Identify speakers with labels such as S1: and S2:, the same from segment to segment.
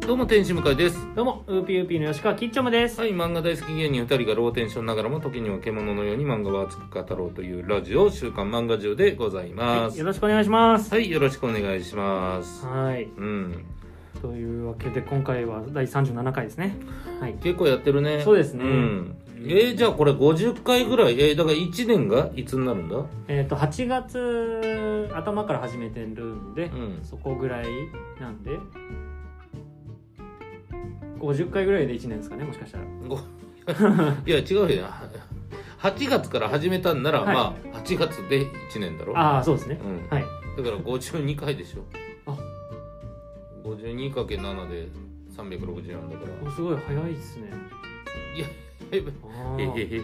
S1: どうも天使向井です
S2: どうも、ウーピーウーピーの吉川きっちょむです。
S1: はい漫画大好き芸人2人がローテンションながらも時には獣のように漫画を熱く語ろうというラジオ「週刊漫画中」でございま
S2: はい、
S1: す
S2: よ
S1: は
S2: ろしくお願いします。
S1: い、よろしくお願いします
S2: はい。
S1: うん
S2: というわけで、今回は第37回ですね。はい。
S1: 結構やってるね
S2: そうですね
S1: んえー、じゃあこれ50回ぐらいえー、だから1年がいつになるんだ
S2: えっ、と、8月頭から始めてるんで、
S1: うん
S2: そこぐらいなんで、50回ぐらいで1年ですかね、もしかしたら。
S1: ご いや違うよ8月から始めたんなら、
S2: はい
S1: まあ8月で1年だろ
S2: ああ、そうですね。
S1: うん
S2: はい。
S1: だから52回でしょ
S2: あ
S1: 52×7 で360なんだから
S2: おすごい早いですね。
S1: いやえ
S2: あ
S1: えへ
S2: ー
S1: へへ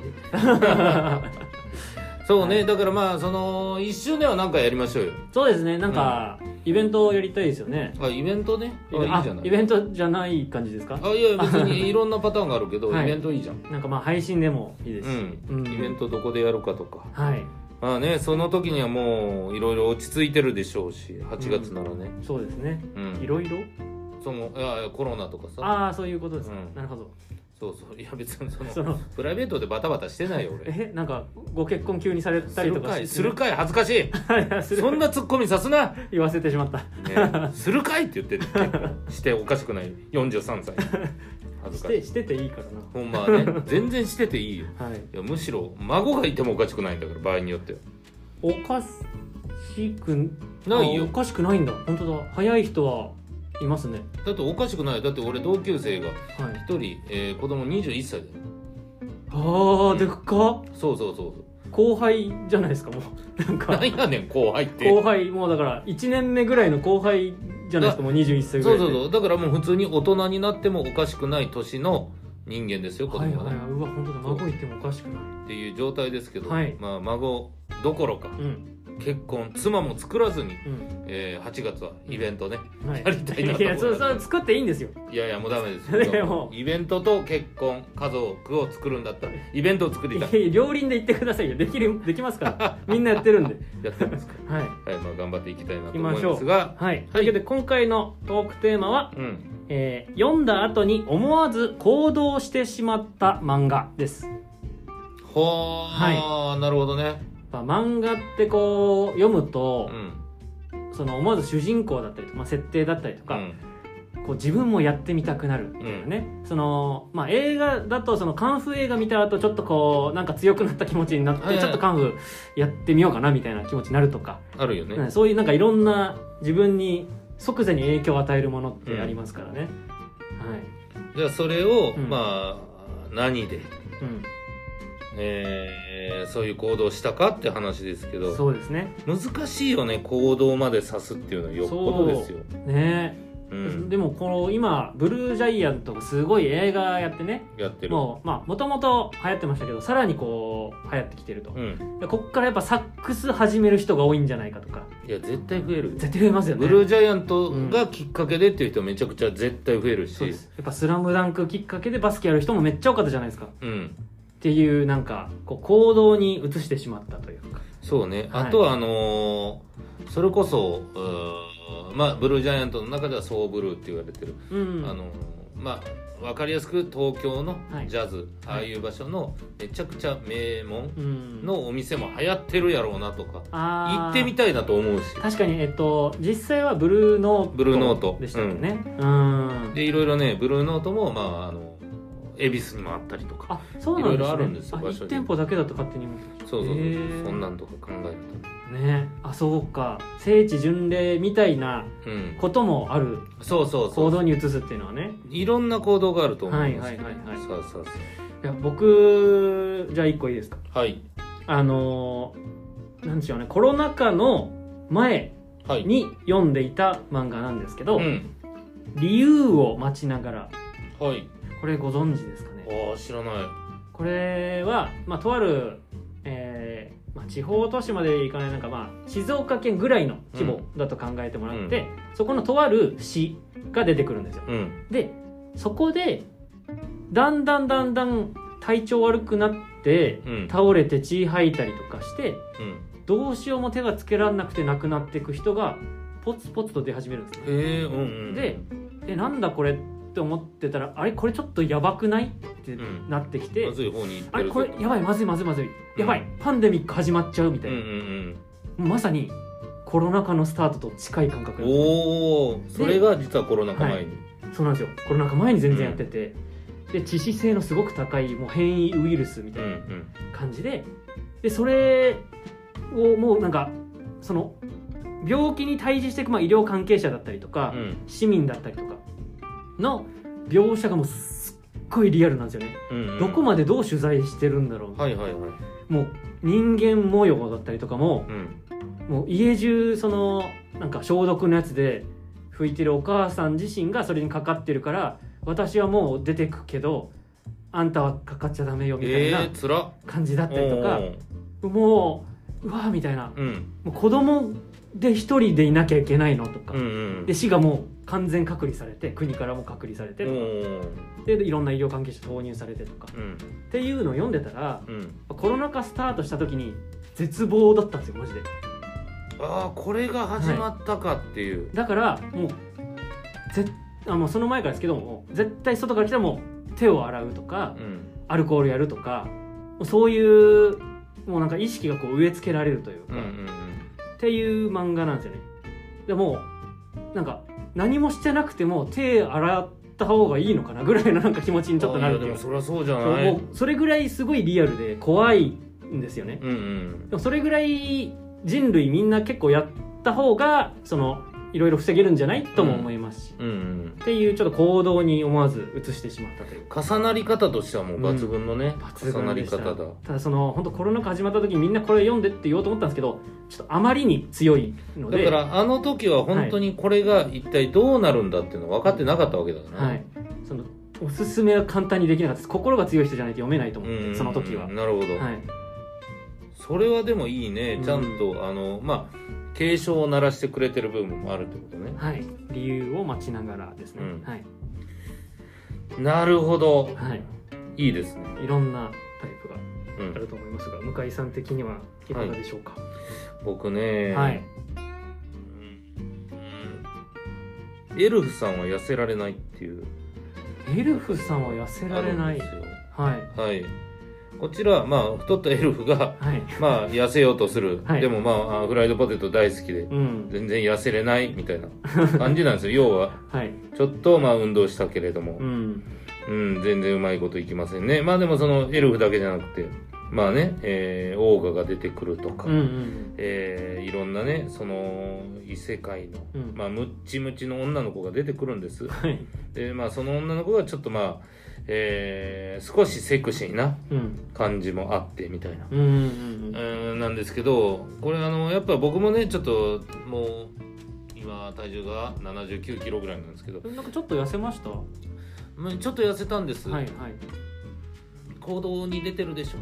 S1: そうね、だからまあその1周年は何かやりましょうよ
S2: そうですね、なんか、イベントをやりたいですよね。
S1: あイベントねあいいじゃない
S2: イベントじゃない感じですか
S1: あいや別にいろんなパターンがあるけど、
S2: はい
S1: イベントいいじゃん
S2: なんかまあ配信でもいいですし、
S1: うん、イベントどこでやるかとか
S2: はい
S1: まあねその時にはもういろいろ落ち着いてるでしょうし8月ならね
S2: そうですね
S1: うん、
S2: いろいろ
S1: そのいやいやコロナとかさ
S2: ああそういうことですね、
S1: うん
S2: なるほど
S1: そうそういや別にその
S2: その
S1: プライベートでバタバタしてないよ俺
S2: えなんかご結婚急にされた
S1: す
S2: り
S1: る
S2: とか
S1: か
S2: し
S1: いするかい恥ずかしい そんなツッコミさすな、
S2: 言わせてしまった
S1: ね、するかいって言ってる結構しておかしくない43歳恥ず
S2: し
S1: かしてい
S2: してていいから
S1: ほんまはね全然してていいよ
S2: なはい
S1: いやむしろ孫がいてもおかしくないんだから場合によっては
S2: おかしく
S1: ないよ
S2: あおかしくないんだ本当だ早い人はいますね
S1: だっておかしくないだって俺同級生が
S2: はい
S1: 一人、えー、子供21歳だよ
S2: あーでっか
S1: そうそうそうそう
S2: 後輩じゃないですかもうなんか
S1: 何やねん後輩って
S2: 後輩もうだから1年目ぐらいの後輩じゃないですかもう21歳ぐ
S1: そ
S2: ら
S1: う
S2: いで
S1: そうそうだからもう普通に大人になってもおかしくない年の人間ですよ子
S2: はい
S1: 供はね、
S2: はいはいうわ本当だ孫いてもおかしくない
S1: っていう状態ですけど、
S2: はい
S1: まあ孫どころか
S2: うん
S1: 結婚妻も作らずに、
S2: うん
S1: えー8月はイベントね、
S2: はい
S1: やりたいなと思います
S2: いやそうそう作っていいんですよ
S1: いやいやもうダメです
S2: でも
S1: よイベントと結婚家族を作るんだったら イベントを作りたい
S2: いや両輪で言ってくださいよできるできま すからみんなやってるんで
S1: やってますか
S2: はい
S1: ら、 はいまあ、頑張っていきたいなと
S2: 行き
S1: 思
S2: ま
S1: い
S2: しょう
S1: ますが
S2: はいというわけで今回のトークテーマは、
S1: うん
S2: えー読んだ後に思わず行動してしまった漫画ですやっ
S1: ほー、なるほどね
S2: ぱ漫画ってこう読む
S1: う
S2: と、
S1: ん
S2: その思わず主人公だったりとか、まあ、設定だったりと
S1: う
S2: か、
S1: ん
S2: こう自分もやってみたくなるみたいなね、そのまあ映画だとそのカンフー映画見た後ちょっとこうなんか強くなった気持ちになって、
S1: はいはい
S2: ちょっとカンフーやってみようかなみたいな気持ちになるとか、
S1: あるよね、
S2: うんそういうなんかいろんな自分に即座に影響を与えるものってありますからね、はい、
S1: じゃあそれを、
S2: うん
S1: まあ何で、
S2: う
S1: えーそういう行動をしたかって話ですけ
S2: ん、
S1: ど
S2: そうですね
S1: 難しいよね行動まで指すっていうのはよっぽどですよ、
S2: ね、
S1: うん、
S2: でもこの今ブルージャイアントがすごい映画やってね
S1: やってる
S2: もうまあもともと流行ってましたけどさらにこう流行ってきてると、
S1: うん、
S2: でこっからやっぱサックス始める人が多いんじゃないかとか
S1: いや絶対増える
S2: 絶対増えますよね
S1: ブルージャイアントがきっかけでっていう人めちゃくちゃ絶対増えるし、
S2: そうですやっぱ「スラムダンクきっかけでバスケやる人もめっちゃ多かったじゃないですかっ
S1: うん、
S2: ていうなんかこう行動に移してしまったというか
S1: そうね、
S2: は
S1: あ
S2: い
S1: とはあのーそれこそうーまあ、ブルージャイアントの中ではソーブルーって言われてる、
S2: うん
S1: あのーまあ、分かりやすく東京の
S2: はい
S1: ジャズ、ああいう場所のめちゃくちゃ名門
S2: うん
S1: のお店も流行ってるやろうなとか行
S2: あ
S1: ってみ
S2: た
S1: たいなと思うし
S2: 確かにえっと実際はブルーノート
S1: ブルーノート
S2: でしたっけねうん
S1: でいろいろねブルーノートも、まあ、あの恵比寿にもあったりとか
S2: あそうなんですね
S1: いろいろあるんですよ場所に
S2: 1店舗だけだと勝手に思って
S1: そうそうそう、
S2: へー
S1: そんなんとか考えて
S2: たねあそうか聖地巡礼みたいな
S1: たうん
S2: こともある
S1: そうそうそ
S2: 行
S1: う
S2: 動に移すっていうのはね
S1: いろんな行動があると思う
S2: は
S1: ん
S2: い
S1: で
S2: は
S1: す
S2: い
S1: よ
S2: はいはい
S1: そうそうそう
S2: いや僕じゃあ1個いいですか
S1: はい
S2: あのーなんでしょうねコロナ禍の前
S1: はい
S2: に読んでいた漫画なんですけど
S1: う
S2: 「
S1: ん
S2: 理由を待ちながら
S1: はい」
S2: これご存知ですかね
S1: ああ知らない
S2: これは、まあ、とある、えーまあ、地方都市まで行かないなんか、まあ、静岡県ぐらいの規模だと考えてもらって、そこのとある市が出てくるんですよ
S1: うん
S2: でそこでだんだんだんだん体調悪くなって
S1: うん
S2: 倒れて血吐いたりとかして
S1: うん
S2: どうしようも手がつけられなくて亡くなっていく人がポツポツと出始めるんですね
S1: へえうんうん
S2: でえなんだこれって思ってたらあれこれちょっとやばくないって
S1: うん
S2: なってきて、
S1: まずい方に行って
S2: あれ
S1: るぞ
S2: これやばいまずいまずいまずいやばい、パンデミック始まっちゃうみた
S1: う
S2: い
S1: んう
S2: な、
S1: ん
S2: まさにコロナ禍のスタートと近い感覚
S1: うん
S2: なんです
S1: お
S2: ね
S1: おそれが実はコロナ禍前に、
S2: そうなんですよコロナ禍前に全然やってて、で致死性のすごく高いもう変異ウイルスみた
S1: う
S2: い
S1: ん
S2: な
S1: うん
S2: 感じででそれをもうなんかその病気に対峙していく、まあ、医療関係者だったりとか、
S1: うん
S2: 市民だったりとかの描写がもうすっごいリアルなんですよね、
S1: うんうん
S2: どこまでどう取材してるんだろう、
S1: はいはいはい
S2: もう人間模様だったりとかも
S1: うん
S2: もう家中そのなんか消毒のやつで拭いてるお母さん自身がそれにかかってるから私はもう出てくけどあんたはかかっちゃダメよみたい
S1: え
S2: な
S1: ー、つらっ
S2: 感じだったりとか
S1: お、ー
S2: もううわーみたいな
S1: うん
S2: もう子供で一人でいなきゃいけないのとか、
S1: うんうん
S2: で市がもう完全隔離されて国からも隔離されて
S1: お
S2: とか
S1: ー
S2: でいろんな医療関係者投入されてとか
S1: うん
S2: っていうのを読んでたら
S1: うん
S2: コロナ禍スタートした時に絶望だったんですよマジで
S1: ああこれが始まったかっていう、
S2: だからもうぜあもうその前からですけども絶対外から来たらもう手を洗うとか
S1: うん
S2: アルコールやるとかもうそういうもうなんか意識がこう植え付けられるという
S1: う
S2: か、
S1: んうん
S2: っていう漫画なんですよねでもなんか何もしてなくても手洗った方がいいのかなぐらいのなんか気持ち
S1: う
S2: に
S1: ん
S2: ちょっとな
S1: あ
S2: る
S1: ーいや
S2: と
S1: で
S2: いう
S1: も
S2: か
S1: そりゃそうじゃ
S2: そう
S1: ない
S2: もうそれぐらいすごいリアルで怖いんですよね
S1: うんうん
S2: でもそれぐらい人類みんな結構やった方がそのいろいろ防げるんじゃないとも思いますし、
S1: うんうん
S2: っていうちょっと行動に思わず移してしまったという
S1: 重なり方としてはもう抜群のね、
S2: 抜
S1: 重な
S2: 群
S1: り
S2: でした
S1: 方だ
S2: ただその本当コロナ禍始まった時にみんなこれ読んでって言おうと思ったんですけどちょっとあまりに強いので
S1: だからあの時は本当にこれが一体どうなるんだっていうのは分かってなかったわけだから、
S2: はい、そのおすすめは簡単にできなかったです心が強い人じゃないと読めないと
S1: うん
S2: 思
S1: う
S2: っ
S1: んうん
S2: てその時は、はい、
S1: なるほど、それはでもいいねちゃんと、あのまあ警鐘を鳴らしてくれてる部分もあるってことね
S2: はい、理由を待ちながらですね、
S1: うん
S2: はい、
S1: なるほど
S2: はい、
S1: いいですね、
S2: いろんなタイプが
S1: う
S2: あ
S1: ん、
S2: ると思いますが向井さん的にはいかがでしょうか、
S1: 僕ね、
S2: はい、
S1: うんエルフさんは痩せられないっていう
S2: エルフさんは痩せられない
S1: あるんです
S2: はい
S1: よはいこちらはまあ太ったエルフが
S2: はい
S1: まあ痩せようとする、
S2: はい
S1: でもまあフライドポテト大好きで
S2: うん
S1: 全然痩せれないみたい な感じなんですよ要は
S2: はい
S1: ちょっとまあ運動したけれども
S2: う、ん
S1: うん全然うまいこといきませんねまあでもそのエルフだけじゃなくてまあね、えー、オーガが出てくるとか、
S2: うんうん
S1: えーいろんなねその異世界の、
S2: うん
S1: まあ、ムッチムチの女の子が出てくるんです
S2: はい
S1: でまあその女の子がちょっとまあ、えー少しセクシーな
S2: うん
S1: 感じもあってみたいな
S2: うんうん
S1: うーんなんですけどこれあのやっぱ僕もねちょっともう今体重が7 9キロぐらいなんですけど
S2: うんなんかちょっと痩せましたは
S1: まあちょっと痩せたんです、
S2: いはい
S1: 行動に出てるでしょ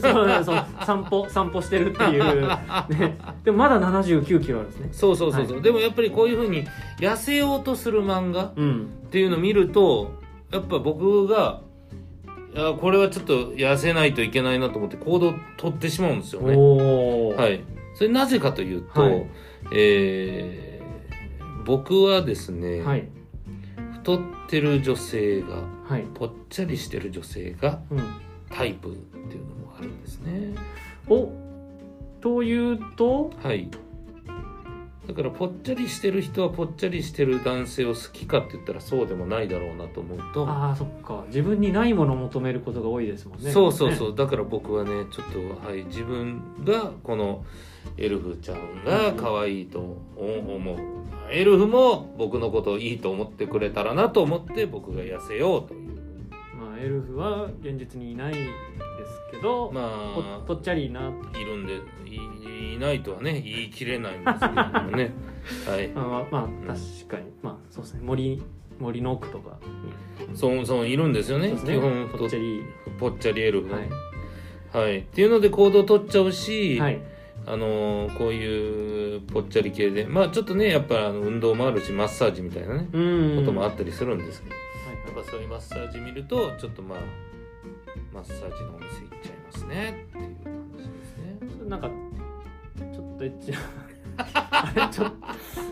S2: そうそう散歩散歩してるって いう、ね、でもまだ7 9キロあるんですね
S1: そうそうそうそう、
S2: はい
S1: でもやっぱりこういうふうに痩せようとする漫画
S2: うん
S1: っていうのを見るとやっぱ僕がいやこれはちょっと痩せないといけないなと思って行動を取ってしまうんですよね。
S2: おお
S1: はいい、それなぜかというと、
S2: はい
S1: えー僕はですね、
S2: はい
S1: 太ってる女性が
S2: はい
S1: ぽっちゃりしてる女性が
S2: うん
S1: タイプっていうのもあるんですね。
S2: おというと
S1: はいだからぽっちゃりしてる人はぽっちゃりしてる男性を好きかって言ったらそうでもないだろうなと思うと
S2: ああそっか自分にないものを求めることが多いですもんね
S1: そうそう
S2: う
S1: そうだから僕はねちょっと、はい、自分がこのエルフちゃんが可愛いと思うエルフも僕のことをいいと思ってくれたらなと思って僕が痩せようという
S2: まあエルフは現実にいないですけど、
S1: ま
S2: ぽぽ
S1: あ
S2: っちゃりな、
S1: いるんでいいないとはね言い切れないんですけれども ねはい
S2: まあ、まあまあ
S1: ん
S2: 確かに、まあそうですね森森の奥とか
S1: そうそういるんですよ
S2: に
S1: ね
S2: そうです
S1: 基本
S2: ぽっちゃり
S1: ぽっちゃりエルフ
S2: はい
S1: はい、っていうので行動取っちゃうし、
S2: はい
S1: あのーこういうぽっちゃり系でまあちょっとねやっぱあの運動もあるしマッサージみたいなね、
S2: うん
S1: こともあ
S2: は
S1: ったりするんですけど
S2: い
S1: やっぱそういうマッサージ見るとちょっとまあマッサージのお店行っちゃいますねっていう感じですね
S2: なんかちょっとエッチなあれちょっ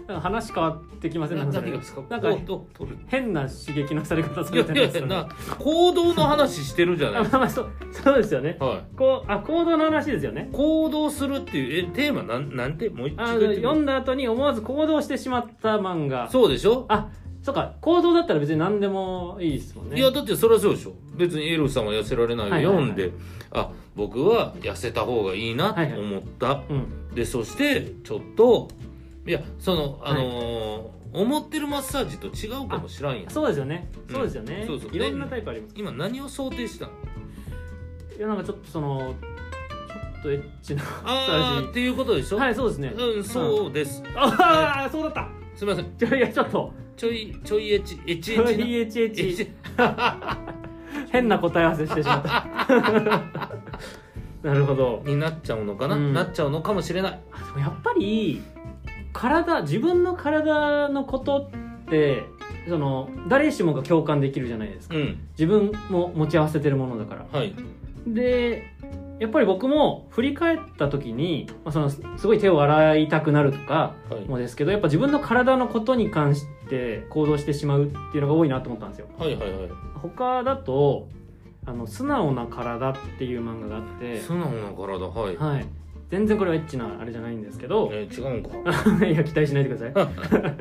S2: と話変わってきませんなん
S1: 何
S2: かそ
S1: が
S2: れ
S1: ですか
S2: なんか
S1: 行動取る
S2: 変な刺激のされ方さ
S1: い
S2: れ
S1: や
S2: て
S1: い
S2: るん
S1: や
S2: で
S1: い
S2: す
S1: や
S2: よね
S1: な行動の話してるじゃない
S2: あ
S1: です
S2: まあまあそうそうですよね
S1: か、はい、
S2: こうあ行動の話ですよね
S1: 行動するっていうえテーマなんなんてもう一
S2: あ
S1: 度言って
S2: 読んだ後に思わず行動してしまった漫画
S1: そうでしょ
S2: あそうか行動だったら別に何でもいいですもんね
S1: いやだってそれはそうでしょ別にエルフさんは痩せられないよ、
S2: はいはいはい
S1: 読んであ僕は痩せた方がいいなと思った、
S2: うん
S1: でそしてちょっといやそのあのー思ってるマッサージと違うかもしらんやん
S2: そうですよねそうですよね、
S1: うんそうそう
S2: いろんなタイプあります
S1: 今何を想定したの
S2: いやなんかちょっとそのちょっとエッチな
S1: あーっていうことでしょ、
S2: はいそうですね、
S1: うんそうです、
S2: ああそうだった
S1: すみません
S2: ちょいやちょっと
S1: ちょいちょいエチエチエチな
S2: HH 変な答え合わせしてしまった なるほど
S1: になっちゃうのかな、
S2: うん
S1: なっちゃうのかもしれない
S2: あでもやっぱり体自分の体のことってその誰しもが共感できるじゃないですか
S1: うん
S2: 自分も持ち合わせてるものだから
S1: はい
S2: でやっぱり僕も振り返った時に、まあ、そのすすごい手を洗いたくなるとか
S1: はい
S2: もですけどやっぱ自分の体のことに関して行動してしまうっていうのが多いなと思ったんですよ
S1: はいはいはい
S2: 他だと「あの素直な体」っていう漫画があって、
S1: 素直な体はい、
S2: はい、全然これはエッチなあれじゃないんですけど
S1: えー、違うんか
S2: いや期待しないでくださ い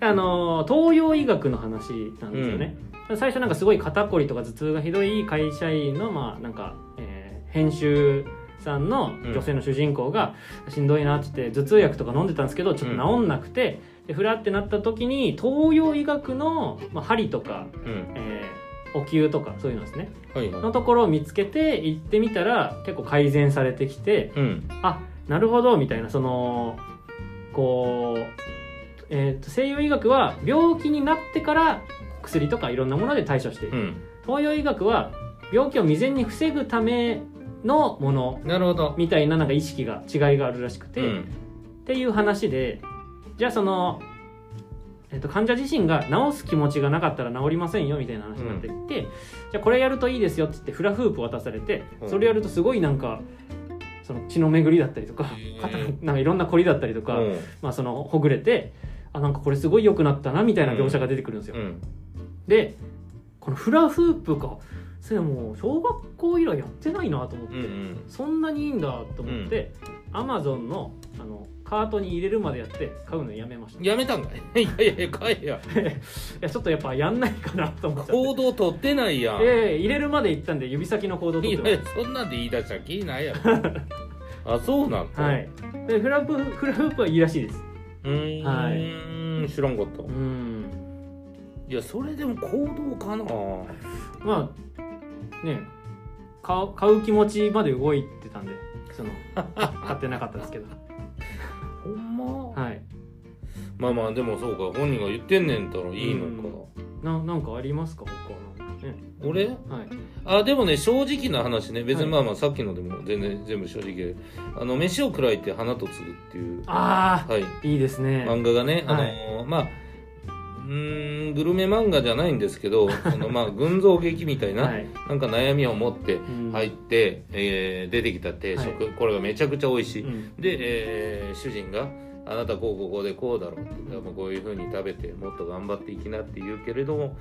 S2: あの東洋医学の話なんですよね、最初なんかすごい肩こりとか頭痛がひどい会社員のまあなんか、えー編集さんの女性の主人公がしんどいなって言って頭痛薬とか飲んでたんですけどちょっと治んなくて、でフラってなった時に東洋医学の、まあ、針とか、
S1: うん
S2: えーお灸とかそういうのですね
S1: はいは
S2: の
S1: い
S2: ところを見つけて行ってみたら結構改善されてきて
S1: うん
S2: あなるほどみたいなそのこう、えーと西洋医学は病気になってから薬とかいろんなもので対処している、
S1: うん
S2: 東洋医学は病気を未然に防ぐためのもの
S1: なるほど
S2: みたいななんか意識が違いがあるらしくて、
S1: う
S2: っ
S1: ん
S2: ていう話でじゃあその、えーと患者自身が治す気持ちがなかったら治りませんよみたいな話になってきて、じゃあこれやるといいですよって言ってフラフープ渡されて、
S1: うん
S2: それやるとすごいなんかその血の巡りだったりとか
S1: へー
S2: 肩のなんかいろんな凝りだったりとか、
S1: うん
S2: まあ、そのほぐれてあなんかこれすごい良くなったなみたいな描写が出てくるんですよ。
S1: うん
S2: でこのフラフープかそれもう小学校以来やってないなと思って、
S1: うんうん
S2: そんなにいいんだと思って、アマゾンのあのカートに入れるまでやって買うのやめましたい
S1: やめたんかいいやいやいや帰れや
S2: やちょっとやっぱやんないかなと思っちゃって
S1: 行動取ってないやん
S2: で入れるまで行ったんで指先の行動と
S1: い
S2: って
S1: や
S2: ま
S1: いや
S2: す
S1: そんなんで言い出したら気ないやろあそうなんだ、
S2: はいでフラフープフラフープはいいらしいです
S1: うーん、知らんかった
S2: うん
S1: いやそれでも行動かな
S2: まあね買う買う気持ちまで動いてたんでその 買ってなかったですけど
S1: ほんま、
S2: はい
S1: まあまあでもそうか本人が言ってんねんたらいいのか、
S2: ななんかありますか他のね
S1: 俺
S2: はい
S1: あでもね正直な話ね別に
S2: はい
S1: まあまあさっきのでも全然全部正直であの飯を食らいて花と継ぐっていう
S2: あ
S1: はい
S2: あいいですね
S1: 漫画がね、あの
S2: は
S1: ーまあうーんグルメ漫画じゃないんですけど そのまあ群像劇みたいな、
S2: はい
S1: なんか悩みを持って
S2: うん
S1: 入って、えー出てきた定食、これがめちゃくちゃ美味しい、
S2: うん
S1: で、えー主人が「あなたこうこうこうでこうだろう」ってだからもうこういうふうに食べてもっと頑張っていきなって言うけれども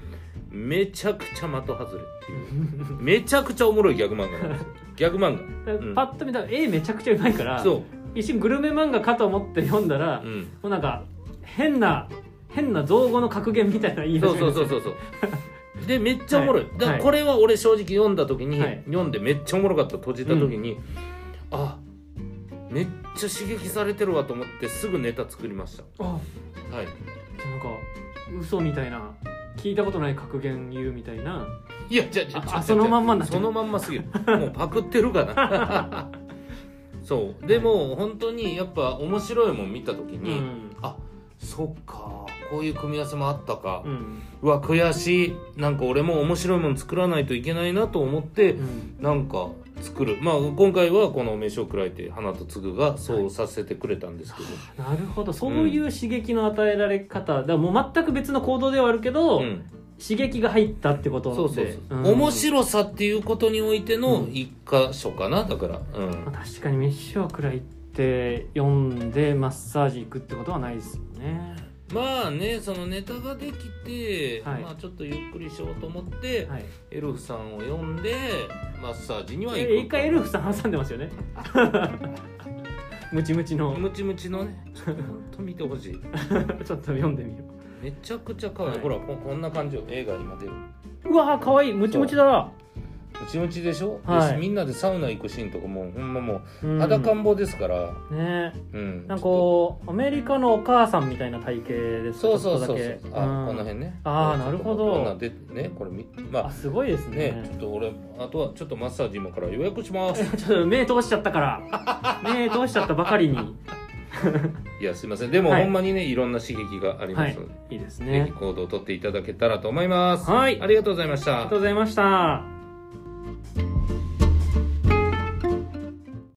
S1: めちゃくちゃ的外れっていう めちゃくちゃおもろいギャグ漫画なんですよギャグ漫うん
S2: パッと見たら絵めちゃくちゃうまいから
S1: 画そ
S2: 一瞬グルメ漫画かと思って読んだら、
S1: う、うん、
S2: もうなんか変な変な造語の格言みたいな言い
S1: そ
S2: 方
S1: うそうそう
S2: う
S1: そうそうでめっちゃおもろい、
S2: はい
S1: だからこれは俺正直読んだ時に、
S2: はい
S1: 読んでめっちゃおもろかった閉じた時に、あめっちゃ刺激されてるわと思ってすぐネタ作りました
S2: あ
S1: はい
S2: じゃあなんか嘘みたいな聞いたことない格言言うみたいない
S1: やじゃじゃ
S2: ああそのまんまになっちゃ
S1: そ
S2: う
S1: のまんますぎるもうパクってるか なそうでも本当にやっぱ面白いもん見た時
S2: う
S1: に、
S2: ん、
S1: あそっかこういう組み合わせもあったか、
S2: うん
S1: うわ悔しいなんか俺も面白いもの作らないといけないなと思って、
S2: うん
S1: なんか作るまあ今回はこの「飯を食らえて花と次ぐ」がそうさせてくれたんですけど、
S2: なるほどそういう刺激の与えられ方、だからもう全く別の行動ではあるけど、
S1: うん
S2: 刺激が入ったってことで
S1: そうそうそう、
S2: ん
S1: 面白さっていうことにおいての一箇所かなだから、うん
S2: まあ確かに飯を食らいってって読んでマッサージ行くってことはないですよね
S1: まあねそのネタができて、
S2: はい
S1: まあ、ちょっとゆっくりしようと思って、
S2: はい
S1: エルフさんを呼んでマッサージには行く
S2: え一回エルフさん挟んでます よねムチムチの
S1: ムチムチのねちょっとほんと見てほしい
S2: ちょっと読んでみよ
S1: めちゃくちゃ可愛い、
S2: はい
S1: ほらここんな感じよ映画今出るム
S2: ううわーかわいいムチムチだ、
S1: チムチでしょ、
S2: はい
S1: でみんなでサウナ行くシーンとかもうほんまも
S2: う、
S1: うん裸んぼですから、
S2: ね
S1: うん
S2: なんかこうアメリカのお母さんみたいな体型です
S1: そうそうそうそう
S2: ちょっとだけ
S1: あ、
S2: うん
S1: この辺ね
S2: あーなるほど
S1: こんなんでねこれみま
S2: あ
S1: あ
S2: すごいですね
S1: ねちょっと俺あとはちょっとマッサージ今から予約します
S2: ちょっと目通しちゃったから 目通しちゃったばかりに
S1: いやすいませんでも、
S2: はい
S1: ほんまにねいろんな刺激があり
S2: は
S1: ま
S2: い
S1: すので、
S2: いいです
S1: ぜひ
S2: ね
S1: 行動をとっていただけたらと思います、
S2: はいあ
S1: あ
S2: り
S1: りがとうございました
S2: がとうございました